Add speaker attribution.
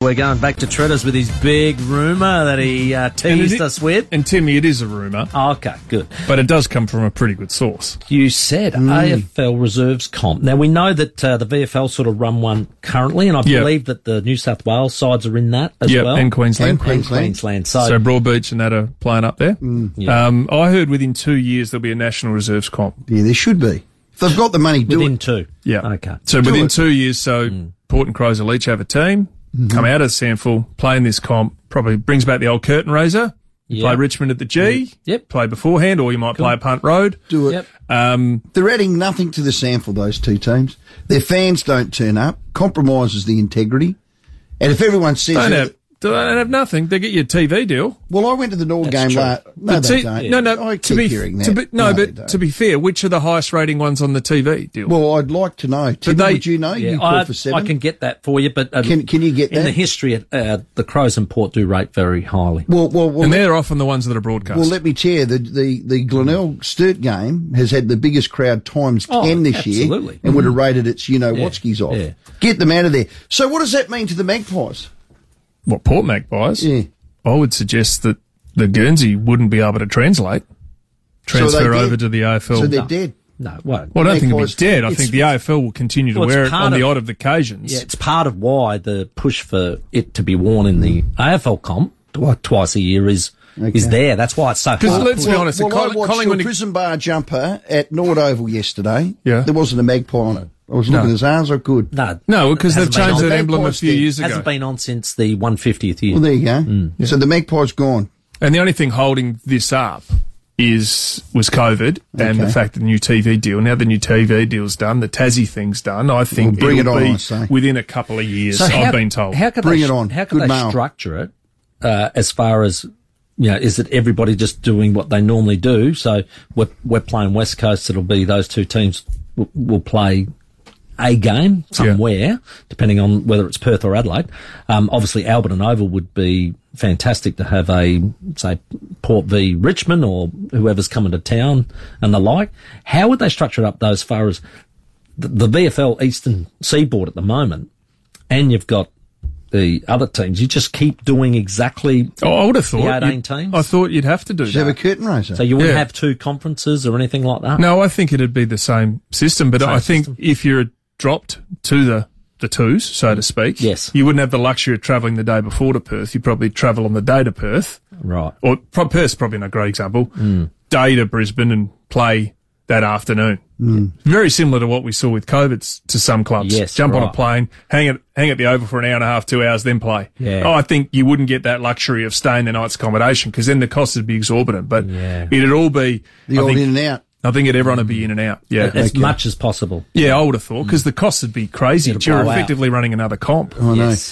Speaker 1: We're going back to Treaders with his big rumour that he uh, teased
Speaker 2: it-
Speaker 1: us with. Oh,
Speaker 2: And Timmy, it is a rumour,
Speaker 1: Okay, good. Hmm.
Speaker 2: but it does come from a pretty good source.
Speaker 1: You said AFL reserves comp. Now we know that uh, the VFL sort of run one currently, and I
Speaker 2: Yeah.
Speaker 1: believe that the New South Wales sides are in that as
Speaker 2: Yeah,
Speaker 1: well.
Speaker 2: and Queensland.
Speaker 1: And Queensland. So,
Speaker 2: So Broadbeach and that are playing up there.
Speaker 3: Mm,
Speaker 2: um, I heard within two years there'll be a national reserves comp.
Speaker 3: Yeah, there should be. If they've got the money, do
Speaker 1: within
Speaker 3: it.
Speaker 1: two.
Speaker 2: Yeah.
Speaker 1: Okay.
Speaker 2: So within
Speaker 3: it.
Speaker 2: two years, so
Speaker 3: Mm.
Speaker 2: Port and Crows will each have a team,
Speaker 3: Mm-hmm.
Speaker 2: come out of Sandful, play in this comp, probably brings back the old curtain raiser. You
Speaker 1: Yeah.
Speaker 2: play Richmond at the G,
Speaker 1: Yep.
Speaker 2: play beforehand, or you might play a punt road.
Speaker 3: Do it.
Speaker 1: Yep.
Speaker 3: They're adding nothing to the sample, those two teams. Their fans don't turn up, compromises the integrity. And if everyone says,
Speaker 2: Don't
Speaker 3: that-
Speaker 2: have, don't have nothing. They get you a TV deal.
Speaker 3: well, I went to the Nord game
Speaker 1: true.
Speaker 3: last. No,
Speaker 2: But
Speaker 3: they
Speaker 2: see-
Speaker 3: don't.
Speaker 2: No, no.
Speaker 3: I
Speaker 2: to
Speaker 3: keep
Speaker 2: be,
Speaker 3: hearing that.
Speaker 2: to be- no,
Speaker 3: they
Speaker 2: but
Speaker 3: don't.
Speaker 2: to be fair, which are the highest rating ones on the TV deal?
Speaker 3: well, I'd like to know. Tim,
Speaker 2: they-
Speaker 3: would you know?
Speaker 1: Yeah,
Speaker 3: you call
Speaker 1: I,
Speaker 3: for seven.
Speaker 1: I can get that for you, but uh,
Speaker 3: Can- can you get
Speaker 1: in
Speaker 3: that?
Speaker 1: the history? Uh, the Crows and Port do rate very highly.
Speaker 3: well, well, well,
Speaker 2: and
Speaker 3: let,
Speaker 2: they're often the ones that are broadcast.
Speaker 3: well, let me share the the the Glenelg Sturt game has had the biggest crowd times
Speaker 1: Oh,
Speaker 3: ten this
Speaker 1: absolutely.
Speaker 3: year, and would have rated its you know Watskis off.
Speaker 1: yeah.
Speaker 3: Get them out of there. So, what does that mean to the Magpies?
Speaker 2: what Port Magpies?
Speaker 3: Yeah.
Speaker 2: I would suggest that the Guernsey wouldn't be able to translate,
Speaker 3: So
Speaker 2: transfer
Speaker 3: they're
Speaker 2: over
Speaker 3: dead.
Speaker 2: to the AFL.
Speaker 3: So they're dead.
Speaker 1: No, it won't.
Speaker 2: well, I don't think it'll be
Speaker 3: Magpies-
Speaker 2: dead. I
Speaker 3: it's-
Speaker 2: think the AFL will continue to
Speaker 1: Well, it's
Speaker 2: wear it
Speaker 1: part
Speaker 2: on the
Speaker 1: of-
Speaker 2: odd of occasions.
Speaker 1: Yeah, it's part of why the push for it to be worn in the AFL comp tw- twice a year is is there. That's why it's so
Speaker 2: Because
Speaker 1: hard.
Speaker 2: let's be honest,
Speaker 3: well,
Speaker 2: Col-
Speaker 3: I watched
Speaker 2: Collingwood-
Speaker 3: your prison bar jumper at Nord Oval yesterday.
Speaker 2: Yeah.
Speaker 3: There wasn't a magpie on it. I was looking as hard as I could.
Speaker 1: no,
Speaker 2: no, because they've
Speaker 1: hasn't been
Speaker 2: changed
Speaker 1: on-
Speaker 2: that
Speaker 3: the
Speaker 2: emblem a
Speaker 3: Magpies
Speaker 2: few
Speaker 3: did.
Speaker 2: years ago.
Speaker 1: hasn't been on since the 150th year.
Speaker 3: Well, there you go.
Speaker 2: Mm.
Speaker 3: So the magpie's gone.
Speaker 2: And the only thing holding this up is was COVID and the
Speaker 3: Okay.
Speaker 2: fact that the new TV deal. Now the new TV deal's done, the Tassie thing's done. I think
Speaker 3: Well, bring
Speaker 2: it'll
Speaker 3: it on, I
Speaker 2: be
Speaker 3: say.
Speaker 2: within a couple of years.
Speaker 1: So
Speaker 2: I've
Speaker 1: how-
Speaker 2: been told.
Speaker 1: How could
Speaker 3: Bring
Speaker 1: they,
Speaker 3: it on.
Speaker 1: How could
Speaker 3: Good
Speaker 1: they
Speaker 3: mail.
Speaker 1: structure it uh, as far as you know? Is it everybody just doing what they normally do? So we're we're playing West Coast. It'll be those two teams will, will play a game somewhere, depending on whether it's Perth or Adelaide. Um, obviously, Albert and Oval would be fantastic to have a say Port v Richmond or whoever's coming to town and the like. How would they structure it up though, as far as the, the VFL Eastern Seaboard at the moment? and you've got the other teams, you just keep doing exactly.
Speaker 2: Oh, I would have thought.
Speaker 1: The 18
Speaker 2: you'd-
Speaker 1: teams?
Speaker 2: I thought you'd have to do
Speaker 3: Did you have a
Speaker 2: that.
Speaker 3: curtain raiser?
Speaker 1: So you wouldn't
Speaker 2: Yeah.
Speaker 1: have two conferences or anything like that.
Speaker 2: No, I think it'd be the same system, but I think if you're dropped to the the twos, so to speak,
Speaker 1: Yes.
Speaker 2: you wouldn't have the luxury of travelling the day before to Perth. You'd probably travel on the day to Perth,
Speaker 1: Right.
Speaker 2: or pro- Perth's probably not a great example.
Speaker 1: Hmm.
Speaker 2: Day to Brisbane and play that afternoon. Very similar to what we saw with COVID s- to some clubs.
Speaker 1: Yes,
Speaker 2: Jump on a
Speaker 1: right.
Speaker 2: plane, hang at hang at the Oval for an hour and a half, two hours, then play.
Speaker 1: Yeah.
Speaker 2: Oh, I think you wouldn't get that luxury of staying the night's accommodation because then the costs would be exorbitant. But
Speaker 1: Yeah.
Speaker 2: it'd all be
Speaker 3: the
Speaker 2: I
Speaker 3: old
Speaker 2: think,
Speaker 3: in and out.
Speaker 2: I think it everyone would be in and out. Yeah.
Speaker 1: As much as possible.
Speaker 2: yeah, I would have thought because the costs would be crazy.
Speaker 1: It'd
Speaker 2: You're
Speaker 1: blow out.
Speaker 2: effectively running another comp.
Speaker 3: I know.
Speaker 1: Yes.